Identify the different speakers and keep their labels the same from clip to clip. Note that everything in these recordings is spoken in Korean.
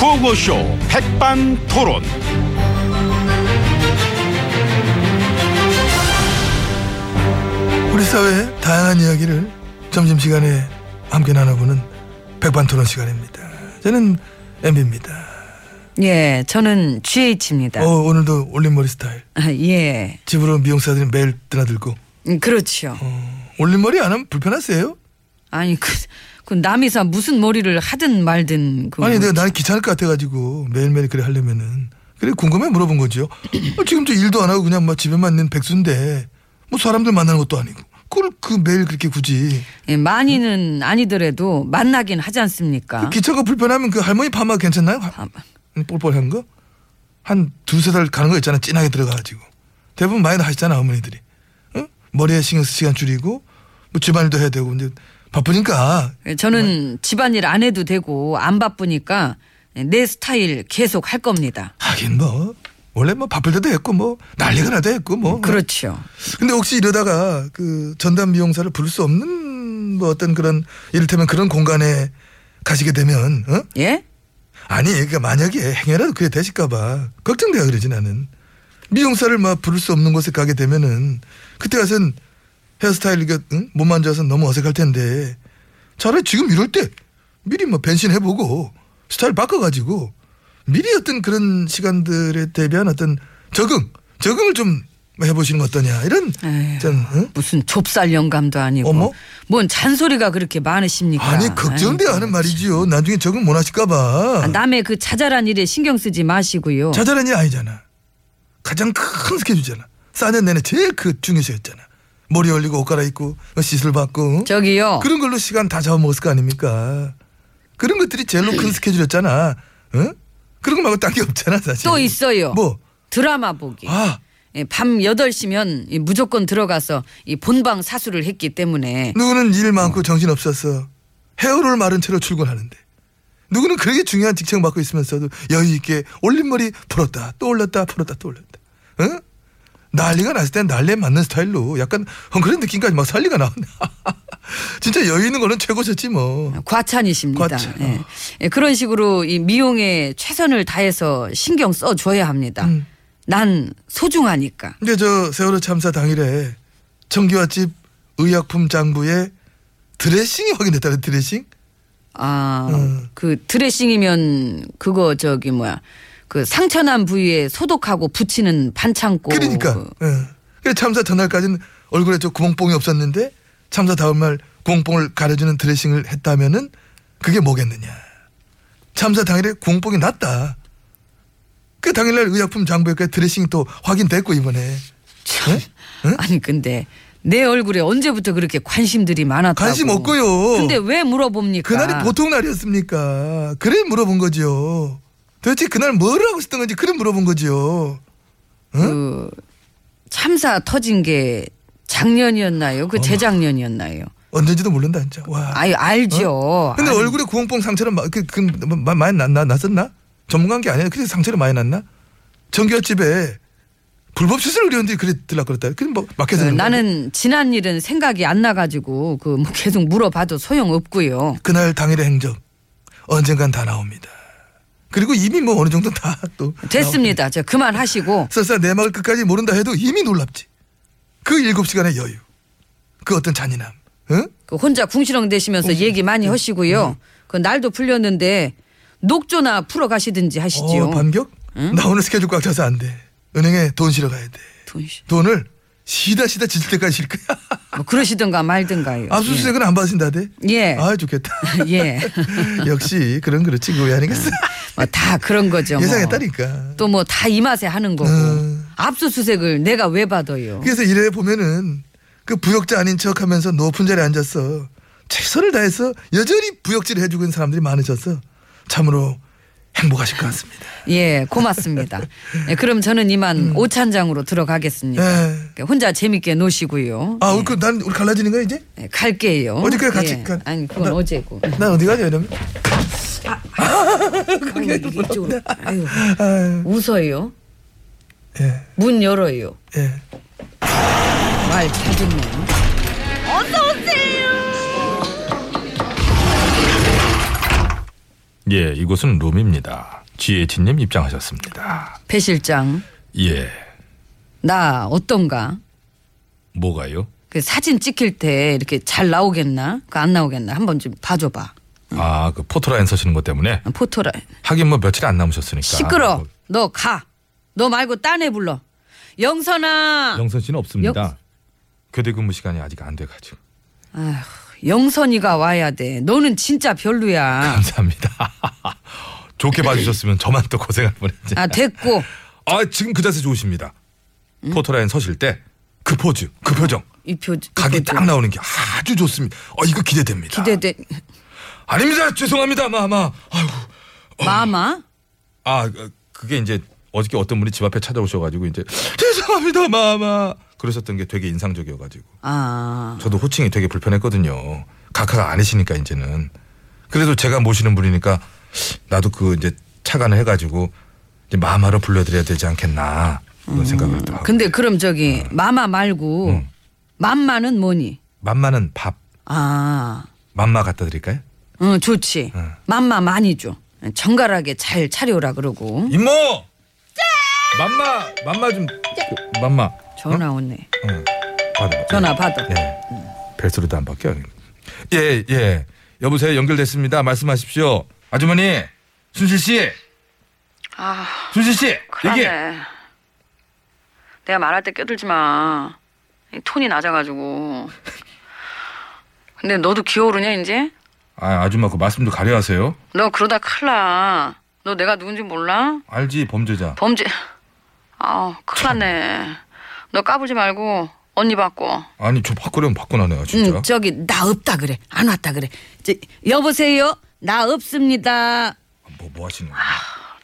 Speaker 1: 구호쇼 백반토론.
Speaker 2: 우리 사회의 다양한 이야기를 점심시간에 함께 나눠보는 백반토론 시간입니다. 저는 MB입니다.
Speaker 3: 예, 저는 GH입니다.
Speaker 2: 어, 오늘도 올림머리 스타일.
Speaker 3: 예,
Speaker 2: 집으로 미용사들이 매일 드나들고
Speaker 3: 음, 그렇죠.
Speaker 2: 어. 올림머리 안 하면 불편하세요?
Speaker 3: 아니 그, 그 남이사 무슨 머리를 하든 말든 그
Speaker 2: 아니 내가 나는 귀찮을 것 같아가지고 매일매일 그래 하려면은 그래 궁금해 물어본 거지요. 어, 지금 저 일도 안 하고 그냥 막 집에만 있는 백수인데 뭐 사람들 만나는 것도 아니고 그걸 그 매일 그렇게 굳이
Speaker 3: 예, 많이는 아니더라도 만나긴 하지 않습니까?
Speaker 2: 그
Speaker 3: 아,
Speaker 2: 기차가 불편하면 그 할머니 파마 괜찮나요? 하-
Speaker 3: 파마.
Speaker 2: 볼볼한 거? 한 두세 달 가는 거 있잖아 진하게 들어가가지고 대부분 많이 하시잖아 어머니들이 응? 머리에 신경 쓸 시간 줄이고 뭐 집안일도 해야 되고 이제 바쁘니까
Speaker 3: 예, 저는
Speaker 2: 네.
Speaker 3: 집안일 안 해도 되고 안 바쁘니까 예, 내 스타일 계속 할 겁니다.
Speaker 2: 하긴 뭐 원래 뭐 바쁠 때도 했고 뭐 난리가 나도 했고 뭐
Speaker 3: 그렇죠.
Speaker 2: 근데 혹시 이러다가 그 전담 미용사를 부를 수 없는 뭐 어떤 그런 이를테면 그런 공간에 가시게 되면 어?
Speaker 3: 예?
Speaker 2: 아니 그러니까 만약에 행여라도 그게 되실까봐 걱정돼요 그러지 나는 미용사를 막 부를 수 없는 곳에 가게 되면은 그때 가선 헤어스타일 이거 그, 응? 못 만져서 너무 어색할 텐데 차라리 지금 이럴 때 미리 뭐 변신해보고 스타일 바꿔가지고 미리 어떤 그런 시간들에 대비한 어떤 적응 적응을 좀 해보시는 거 어떠냐 이런
Speaker 3: 에휴,
Speaker 2: 전 응?
Speaker 3: 무슨 좁쌀 영감도 아니고
Speaker 2: 어머?
Speaker 3: 뭔 잔소리가 그렇게 많으십니까?
Speaker 2: 아니 걱정돼요 하는
Speaker 3: 그러니까. 아이고.
Speaker 2: 말이지요 나중에 적응 못
Speaker 3: 아,
Speaker 2: 하실까봐
Speaker 3: 남의 그 자잘한 일에 신경 쓰지 마시고요.
Speaker 2: 자잘한 일 아니잖아. 가장 큰 스케줄이잖아. 싸년 내내 제일 그 중요시했잖아. 머리 올리고 옷 갈아입고 어, 시술 받고 응?
Speaker 3: 저기요. 어.
Speaker 2: 그런 걸로 시간 다 잡아먹었을 거 아닙니까? 그런 것들이 제일로 큰 스케줄이었잖아. 응? 그런 거 말고 딴 게 없잖아 사실.
Speaker 3: 또 있어요.
Speaker 2: 뭐?
Speaker 3: 드라마 보기.
Speaker 2: 아
Speaker 3: 예, 밤 8시면 이 무조건 들어가서 이 본방 사수를 했기 때문에
Speaker 2: 누구는 일 많고 정신 없어서 헤어롤 마른 채로 출근하는데 누구는 그렇게 중요한 직책 맡고 있으면서도 여유 있게 올림머리 풀었다 또 올렸다 풀었다 또 올렸다 응? 난리가 났을 땐 난리에 맞는 스타일로 약간 헝클한 느낌까지 막 살리가 나왔네 진짜 여유 있는 거는 최고셨지 뭐
Speaker 3: 과찬이십니다.
Speaker 2: 과찬.
Speaker 3: 예. 예, 그런 식으로 이 미용에 최선을 다해서 신경 써 줘야 합니다.
Speaker 2: 음.
Speaker 3: 난 소중하니까.
Speaker 2: 근데 저 세월호 참사 당일에 청기와집 의약품 장부에 드레싱이 확인됐다는 드레싱?
Speaker 3: 아,
Speaker 2: 음.
Speaker 3: 그 드레싱이면 그거 저기 뭐야? 그 상처난 부위에 소독하고 붙이는 반창고
Speaker 2: 그러니까.
Speaker 3: 그-
Speaker 2: 예. 그래 참사 전날까지는 얼굴에 저 구멍뽕이 없었는데 참사 다음 날 구멍뽕을 가려주는 드레싱을 했다면은 그게 뭐겠느냐. 참사 당일에 구멍뽕이 났다. 그 당일날 의약품 장부에 드레싱이 또 확인됐고 이번에
Speaker 3: 참. 아니 근데 내 얼굴에 언제부터 그렇게 관심들이 많았다고?
Speaker 2: 관심 없고요.
Speaker 3: 근데 왜 물어봅니까?
Speaker 2: 그날이 보통 날이었습니까? 그래 물어본 거지요. 도대체 그날 뭘 하고 있었던 건지 그래 물어본 거지요.
Speaker 3: 그 참사 터진 게 작년이었나요? 그 재작년이었나요?
Speaker 2: 언제인지도 모른다 진짜. 와.
Speaker 3: 아유 알죠.
Speaker 2: 어? 근데
Speaker 3: 아니,
Speaker 2: 얼굴에 구멍뽕 상처는 마- 그, 그, 마- 많이 났, 나, 났었나? 전문가인 게 아니라 그래 상처를 많이 났나? 정규집에 불법 시술 의료원들이 그랬더라 그랬다. 그럼 뭐
Speaker 3: 그,
Speaker 2: 막혀서 그런 건데.
Speaker 3: 나는 지난 일은 생각이 안 나가지고 그뭐 계속 물어봐도 소용 없고요.
Speaker 2: 그날 당일의 행적 언젠간 다 나옵니다. 그리고 이미 뭐 어느 정도 다 또 아,
Speaker 3: 됐습니다. 저 그만하시고
Speaker 2: 설사 내막을 끝까지 모른다 해도 이미 놀랍지. 그 일곱 시간의 여유, 그 어떤 잔인함, 응?
Speaker 3: 그 혼자 궁시렁
Speaker 2: 어,
Speaker 3: 대시면서 얘기 많이
Speaker 2: 음,
Speaker 3: 하시고요. 그 날도 풀렸는데 녹조나 풀어 가시든지 하시지요.
Speaker 2: 어, 반격? 나 오늘 스케줄 꽉 차서 안 돼. 은행에 돈 실어 가야 돼.
Speaker 3: 돈 씨.
Speaker 2: 돈을 시다 시다 지칠 때까지 실 거야.
Speaker 3: 뭐 그러시든가 말든가요.
Speaker 2: 아, 압수수색은 안 받으신다대?
Speaker 3: 예.
Speaker 2: 아 좋겠다.
Speaker 3: 예.
Speaker 2: 역시 그런 그렇지 그거 왜 아니겠어?
Speaker 3: 뭐다 그런 거죠. 뭐.
Speaker 2: 예상했다니까.
Speaker 3: 또 뭐 다 이 맛에 하는 거고.
Speaker 2: 음.
Speaker 3: 압수수색을 내가 왜 받아요?
Speaker 2: 그래서 이래 보면은 그 부역자 아닌 척 하면서 높은 자리에 앉아서 최선을 다해서 여전히 부역질을 해주고 있는 사람들이 많으셔서 참으로 행복하실 것 같습니다.
Speaker 3: 예, 고맙습니다. 예, 그럼 저는 이만
Speaker 2: 음.
Speaker 3: 오찬장으로 들어가겠습니다.
Speaker 2: 예.
Speaker 3: 혼자 재밌게 노시고요.
Speaker 2: 아, 우리 그, 난, 우리 갈라지는 거야, 이제?
Speaker 3: 예, 갈게요. 예.
Speaker 2: 어디까지 같이 가-
Speaker 3: 아니, 그건
Speaker 2: 나-
Speaker 3: 어제고.
Speaker 2: 난 어디 가냐, 이러면?
Speaker 3: 아유, 이쪽으로. 아유, 웃어요.
Speaker 2: 예,
Speaker 3: 문 열어요.
Speaker 2: 예.
Speaker 3: 말 찾았네.
Speaker 4: 예, 이곳은 룸입니다. GH님 입장하셨습니다.
Speaker 3: 배 실장,
Speaker 4: 예,
Speaker 3: 나 어떤가?
Speaker 4: 뭐가요?
Speaker 3: 그 사진 찍힐 때 이렇게 잘 나오겠나? 그 안 나오겠나? 한번 좀 봐줘봐.
Speaker 4: 아, 그 포토라인 서시는 것 때문에
Speaker 3: 포토라.
Speaker 4: 하긴 뭐 며칠 안 남으셨으니까. 뭐
Speaker 3: 시끄러. 너 가. 너 말고 딴 애 불러. 영선아.
Speaker 4: 영선 씨는 없습니다.
Speaker 3: 영-
Speaker 4: 교대 근무 시간이 아직 안 돼가지고.
Speaker 3: 아휴, 영선이가 와야 돼. 너는 진짜 별로야.
Speaker 4: 감사합니다. 좋게 봐주셨으면 저만 또 고생할 뻔했지.
Speaker 3: 아 됐고.
Speaker 4: 아, 지금 그 자세 좋으십니다. 포토라인 서실 때 그 포즈, 그 표정,
Speaker 3: 이 표. 이
Speaker 4: 각이
Speaker 3: 표정.
Speaker 4: 딱 나오는 게 아주 좋습니다. 어, 이거 기대됩니다.
Speaker 3: 그 기대돼.
Speaker 4: 아닙니다. 죄송합니다, 마마. 아이고. 어.
Speaker 3: 마마.
Speaker 4: 아 그- 그게 이제 어저께 어떤 분이 집 앞에 찾아오셔가지고 이제 죄송합니다 마마 그러셨던 게 되게 인상적이어가지고
Speaker 3: 아.
Speaker 4: 저도 호칭이 되게 불편했거든요 각하가 아니시니까 이제는 그래도 제가 모시는 분이니까 나도 그 이제 착안을 해가지고 이제 마마로 불러드려야 되지 않겠나 그런 생각을 또 하고
Speaker 3: 음. 근데 그럼 저기 마마 말고 맘마는 뭐니?
Speaker 4: 맘마는 밥
Speaker 3: 아.
Speaker 4: 맘마 갖다 드릴까요?
Speaker 3: 응 좋지. 맘마 많이 줘. 정갈하게 잘 차려라 그러고.
Speaker 4: 이모 맘마 맘마 좀 맘마
Speaker 3: 전화 오네.
Speaker 4: 응. 받아.
Speaker 3: 전화 받아.
Speaker 4: 예. 벨소리도 안 바뀌어. 예, 예. 여보세요. 연결됐습니다. 말씀하십시오. 아주머니, 순실 씨. 아, 순실 씨. 얘기.
Speaker 3: 내가 말할 때 껴들지 마. 이 톤이 낮아가지고. 근데 너도 기어오르냐 이제?
Speaker 4: 아, 아줌마 그 말씀 도 가려하세요.
Speaker 3: 너 그러다 큰일 나. 너 내가 누군지 몰라?
Speaker 4: 알지, 범죄자.
Speaker 3: 범죄. 아우 큰일 났네. 너 까불지 말고 언니 바꿔.
Speaker 4: 아니, 저 바꾸려면 바꾸나네요, 진짜.
Speaker 3: 응 음, 저기 나 없다 그래. 안 왔다 그래. 저, 여보세요? 나 없습니다.
Speaker 4: 아, 뭐, 뭐 하시는 거예요?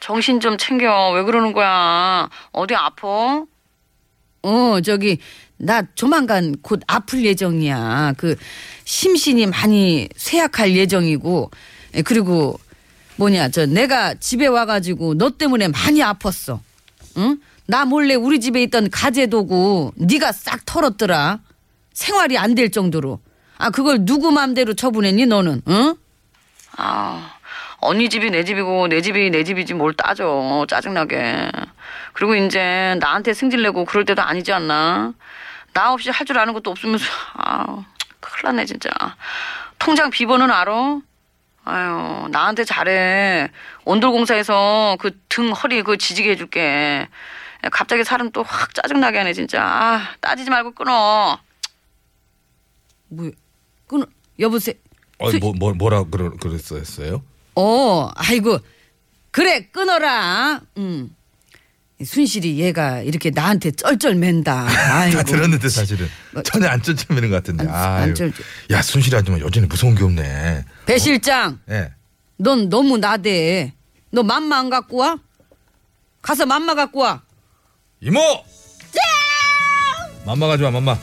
Speaker 3: 정신 좀 챙겨. 왜 그러는 거야? 어디 아파? 어, 저기 나 조만간 곧 아플 예정이야. 그 심신이 많이 쇠약할 예정이고 예, 그리고 뭐냐 저 내가 집에 와가지고 너 때문에 많이 아팠어. 응? 나 몰래 우리 집에 있던 가재 도구 네가 싹 털었더라. 생활이 안 될 정도로. 아 그걸 누구 맘대로 처분했니 너는? 응? 아, 언니 집이 내 집이고 내 집이 내 집이지 뭘 따져 짜증나게 그리고 이제 나한테 승질내고 그럴 때도 아니지 않나 나 없이 할 줄 아는 것도 없으면서 아 큰일 났네 진짜 통장 비번은 알아? 아유 나한테 잘해 온돌공사에서 그 등 허리 그 지지게 해줄게 갑자기 살은 또 확 짜증나게 하네 진짜 아 따지지 말고 끊어 뭐 끊어 여보세요
Speaker 4: 아니, 뭐, 뭐, 뭐라 그러, 그랬어요?
Speaker 3: 어, 아이고, 그래, 끊어라. 음. 순실이 얘가 이렇게 나한테 쩔쩔맨다. 아이고.
Speaker 4: 다 들었는데 사실은 전혀 안 쫓아내는 것 같은데.
Speaker 3: 안-
Speaker 4: 아유.
Speaker 3: 안 쫓-
Speaker 4: 야, 순실 아줌마 여전히 무서운 게 없네.
Speaker 3: 배 실장,
Speaker 4: 예.
Speaker 3: 넌 너무 나대. 너 맘마 안 갖고 와? 가서 맘마 갖고 와.
Speaker 4: 이모! 맘마 가져와, 맘마.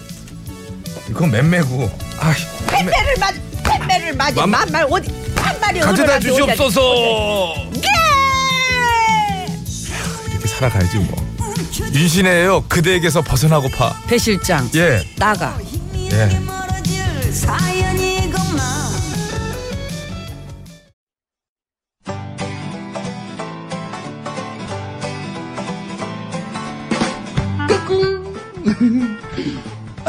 Speaker 4: 이건 맴매고. 아이, 맴매.
Speaker 5: 팬매를 맞, 팬매를 맞이
Speaker 4: 맘-
Speaker 5: 만말 어디 한 마리 어른한테
Speaker 4: 가져다
Speaker 5: 어디다
Speaker 4: 주시옵소서.
Speaker 3: 예!
Speaker 4: 이렇게 살아가야지 뭐. 윤신혜요. 그대에게서 벗어나고파.
Speaker 3: 배 실장,
Speaker 4: 예,
Speaker 3: 나가.
Speaker 4: 예.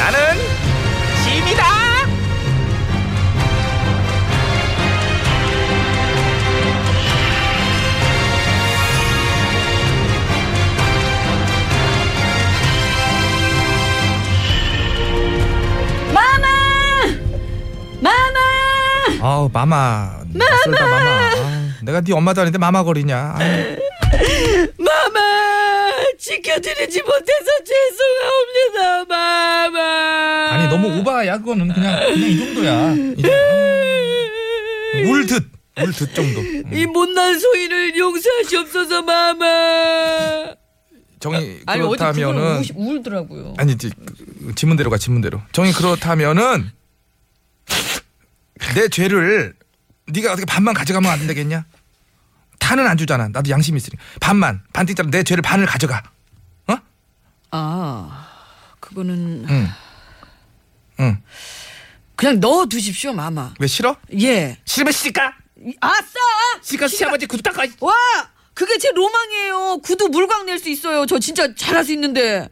Speaker 1: 나는 짐이다.
Speaker 3: 마마! 마마!
Speaker 4: 아우 마마 낯설다 마마 아, 내가 네 엄마도 아닌데 마마 거리냐 아유,
Speaker 3: 마마! 지켜드리지 못해서 죄송합니다, 마마!
Speaker 4: 아니 너무 오바야 그거는 그냥 그냥 이 정도야 음. 울듯 울듯 정도 음.
Speaker 3: 이 못난 소인을 용서하시옵소서, 마마!
Speaker 4: 정이
Speaker 3: 아니, 어제 그걸
Speaker 4: 그렇다면은
Speaker 3: 우시- 울더라고요.
Speaker 4: 아니 이제 그- 지문대로 가 지문대로 정이 그렇다면은 내 죄를 네가 어떻게 반만 가져가면 안 되겠냐 다는 안 주잖아 나도 양심이 있으니 반만 반띵짜로 내 죄를 반을 가져가 어?
Speaker 3: 아, 그거는
Speaker 4: 응. 응.
Speaker 3: 그냥 넣어 두십시오, 마마.
Speaker 4: 왜 싫어?
Speaker 3: 예.
Speaker 4: 싫으면 시집가
Speaker 3: 아싸!
Speaker 4: 시집가 시아버지 구두 닦아
Speaker 3: 와! 그게 제 로망이에요. 구두 물광 낼 수 있어요. 저 진짜 잘할 수 있는데.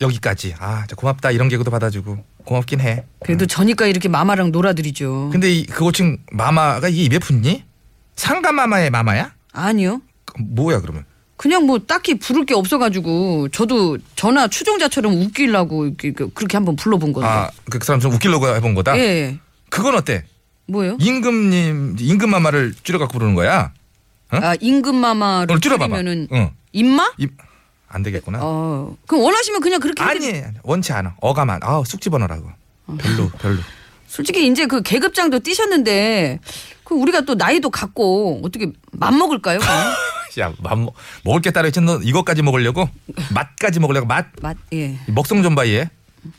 Speaker 4: 여기까지 아 진짜 고맙다 이런 개그도 받아주고 고맙긴 해
Speaker 3: 그래도 저니까 이렇게 마마랑 놀아드리죠.
Speaker 4: 근데 이, 그 고층 마마가 이게 입에 붙니? 상가 마마의 마마야?
Speaker 3: 아니요.
Speaker 4: 그 뭐야 그러면
Speaker 3: 그냥 뭐 딱히 부를 게 없어가지고 저도 전화 추종자처럼 웃기려고 이렇게 그- 그렇게 한번 불러본 건데.
Speaker 4: 아 그 사람 좀 웃기려고 해본 거다?
Speaker 3: 예.
Speaker 4: 그건 어때?
Speaker 3: 뭐예요?
Speaker 4: 임금님 임금 마마를 줄여갖고 부르는 거야?
Speaker 3: 아 임금 마마를
Speaker 4: 오늘 줄여봐봐.
Speaker 3: 줄이면은
Speaker 4: 응.
Speaker 3: 임마?
Speaker 4: 입- 안 되겠구나.
Speaker 3: 어. 그럼 원하시면 그냥 그렇게 해드리-
Speaker 4: 아니 원치 않아. 어감안. 아쑥 집어넣으라고. 별로 별로.
Speaker 3: 솔직히 이제 그 계급장도 뛰셨는데 그 우리가 또 나이도 같고 어떻게 맘먹을까요? 그냥?
Speaker 4: 야맛 먹을 게 따로 있지. 너 이것까지 먹으려고 맛까지 먹으려고 맛
Speaker 3: 맛 예.
Speaker 4: 먹성 좀 봐얘.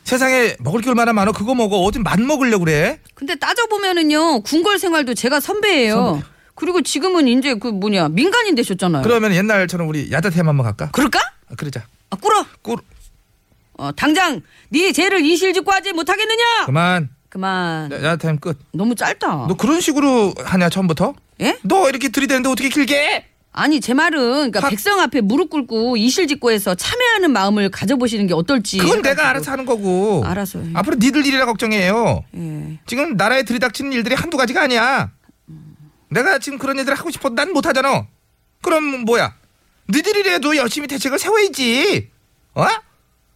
Speaker 4: 세상에 먹을 게 얼마나 많아. 그거 먹어. 어디 맛 먹으려고 그래.
Speaker 3: 근데 따져 보면은요 궁궐 생활도 제가 선배예요. 그리고 지금은 이제 그 뭐냐 민간인 되셨잖아요.
Speaker 4: 그러면 옛날처럼 우리 야자템 한번 갈까?
Speaker 3: 어. 그럴까?
Speaker 4: 아, 그러자.
Speaker 3: 아, 꿇어.
Speaker 4: 꿀
Speaker 3: 어, 당장 네 죄를 이실직고하지 못하겠느냐?
Speaker 4: 그만.
Speaker 3: 그만.
Speaker 4: 야- 야자템 끝.
Speaker 3: 너무 짧다.
Speaker 4: 너 그런 식으로 하냐 처음부터?
Speaker 3: 어. 예?
Speaker 4: 너 이렇게 들이대는데 어떻게 길게? 해?
Speaker 3: 아니 제 말은 그러니까
Speaker 4: 하-
Speaker 3: 백성 앞에 무릎 꿇고 이실직고해서 참회하는 마음을 가져보시는 게 어떨지.
Speaker 4: 그건 내가 알아서 하는 거고.
Speaker 3: 예, 알아서 해.
Speaker 4: 앞으로 니들 일이라 걱정해요.
Speaker 3: 예.
Speaker 4: 지금 나라에 들이닥치는 일들이 한두 가지가 아니야. 내가 지금 그런 일들 하고 싶어도 난 못하잖아. 그럼 뭐야? 니들이라도 열심히 대책을 세워야지. 어?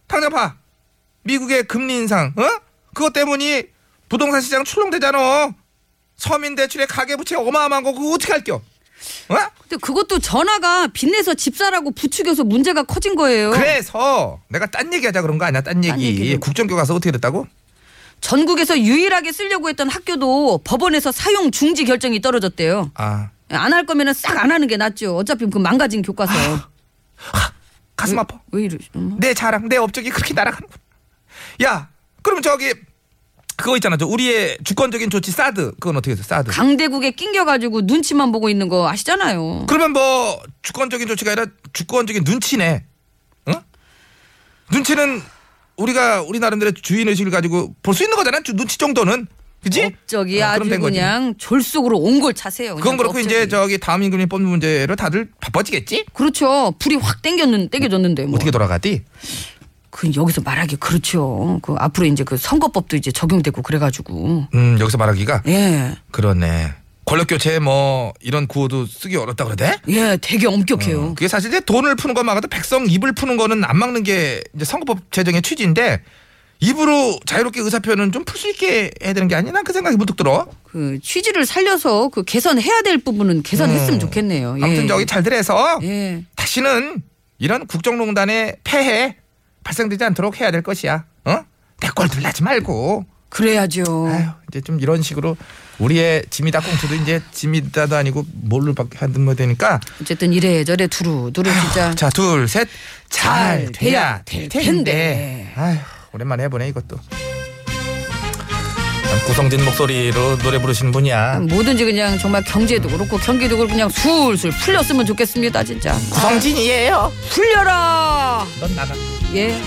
Speaker 4: 당장 봐. 미국의 금리 인상, 어? 그것 때문에 부동산 시장 출렁대잖아. 서민 대출에 가계부채 어마어마한 거 그거 어떻게 할겨? 어?
Speaker 3: 근데 그것도 전화가 빚내서 집 사라고 부추겨서 문제가 커진 거예요.
Speaker 4: 그래서 내가 딴 얘기하자 그런 거 아니야? 딴
Speaker 3: 딴
Speaker 4: 얘기.
Speaker 3: 얘기를.
Speaker 4: 국정교 가서 어떻게 됐다고?
Speaker 3: 그러니까 전국에서 유일하게 쓰려고 했던 학교도 법원에서 사용 중지 결정이 떨어졌대요.
Speaker 4: 아
Speaker 3: 안 할 거면은 싹 안 하는 게 낫죠. 어차피 그 망가진 교과서.
Speaker 4: 가슴 아파.
Speaker 3: 왜 이러시? 음.
Speaker 4: 내 자랑, 내 업적이 그렇게 날아가는 거야. 야, 그럼 저기 그거 있잖아. 저 우리의 주권적인 조치 사드. 그건 어떻게 해서 사드?
Speaker 3: 강대국에 낑겨가지고 눈치만 보고 있는 거 아시잖아요.
Speaker 4: 그러면 뭐 주권적인 조치가 아니라 주권적인 눈치네. 응? 눈치는 우리가 우리 나름대로 주인 의식을 가지고 볼 수 있는 거잖아. 주- 눈치 정도는. 그지?
Speaker 3: 업적이
Speaker 4: 어, 그럼
Speaker 3: 아주
Speaker 4: 된 거지.
Speaker 3: 그냥 졸속으로 옹골 차세요. 그냥
Speaker 4: 그건 그렇고
Speaker 3: 업적이.
Speaker 4: 이제 저기 다음 임금님 뽑는 문제로 다들 바빠지겠지?
Speaker 3: 그렇죠. 불이 확 땡겼는 땡겨졌는데 뭐.
Speaker 4: 어떻게 돌아가디?
Speaker 3: 그 여기서 말하기 그렇죠. 그 앞으로 이제 그 선거법도 이제 적용되고 그래가지고
Speaker 4: 음, 여기서 말하기가
Speaker 3: 예.
Speaker 4: 그러네. 권력 교체 뭐 이런 구호도 쓰기 어렵다 그러대?
Speaker 3: 예, 되게 엄격해요.
Speaker 4: 음. 그게 사실 이제 돈을 푸는 것만으로도 백성 입을 푸는 거는 안 막는 게 이제 선거법 제정의 취지인데 입으로 자유롭게 의사표현은 좀 풀 수 있게 해야 되는 게 아니나 그 생각이 문득 들어.
Speaker 3: 그 취지를 살려서 그 개선해야 될 부분은 개선했으면 좋겠네요. 예.
Speaker 4: 음. 아무튼 저기 잘들해서
Speaker 3: 예.
Speaker 4: 다시는 이런 국정농단의 폐해 발생되지 않도록 해야 될 것이야. 어? 대꼴 들나지 말고
Speaker 3: 그래야죠.
Speaker 4: 아유, 이제 좀 이런 식으로 우리의 짐이다 꽁트도 이제 짐이다도 아니고 뭘로 밖에 하든 뭐 되니까
Speaker 3: 어쨌든 이래 저래 두루 두루 진짜
Speaker 4: 자 둘 셋 잘
Speaker 3: 잘 돼야
Speaker 4: 돼야 될
Speaker 3: 될
Speaker 4: 텐데.
Speaker 3: 텐데.
Speaker 4: 아휴 오랜만에 해보네 이것도. 참 구성진 목소리로 노래 부르시는 분이야.
Speaker 3: 뭐든지 그냥 정말 경제도 그렇고 경기도 그렇고 그냥 술술 풀렸으면 좋겠습니다 진짜.
Speaker 4: 구성진이에요.
Speaker 3: 풀려라.
Speaker 4: 아, 넌 나가.
Speaker 3: 예.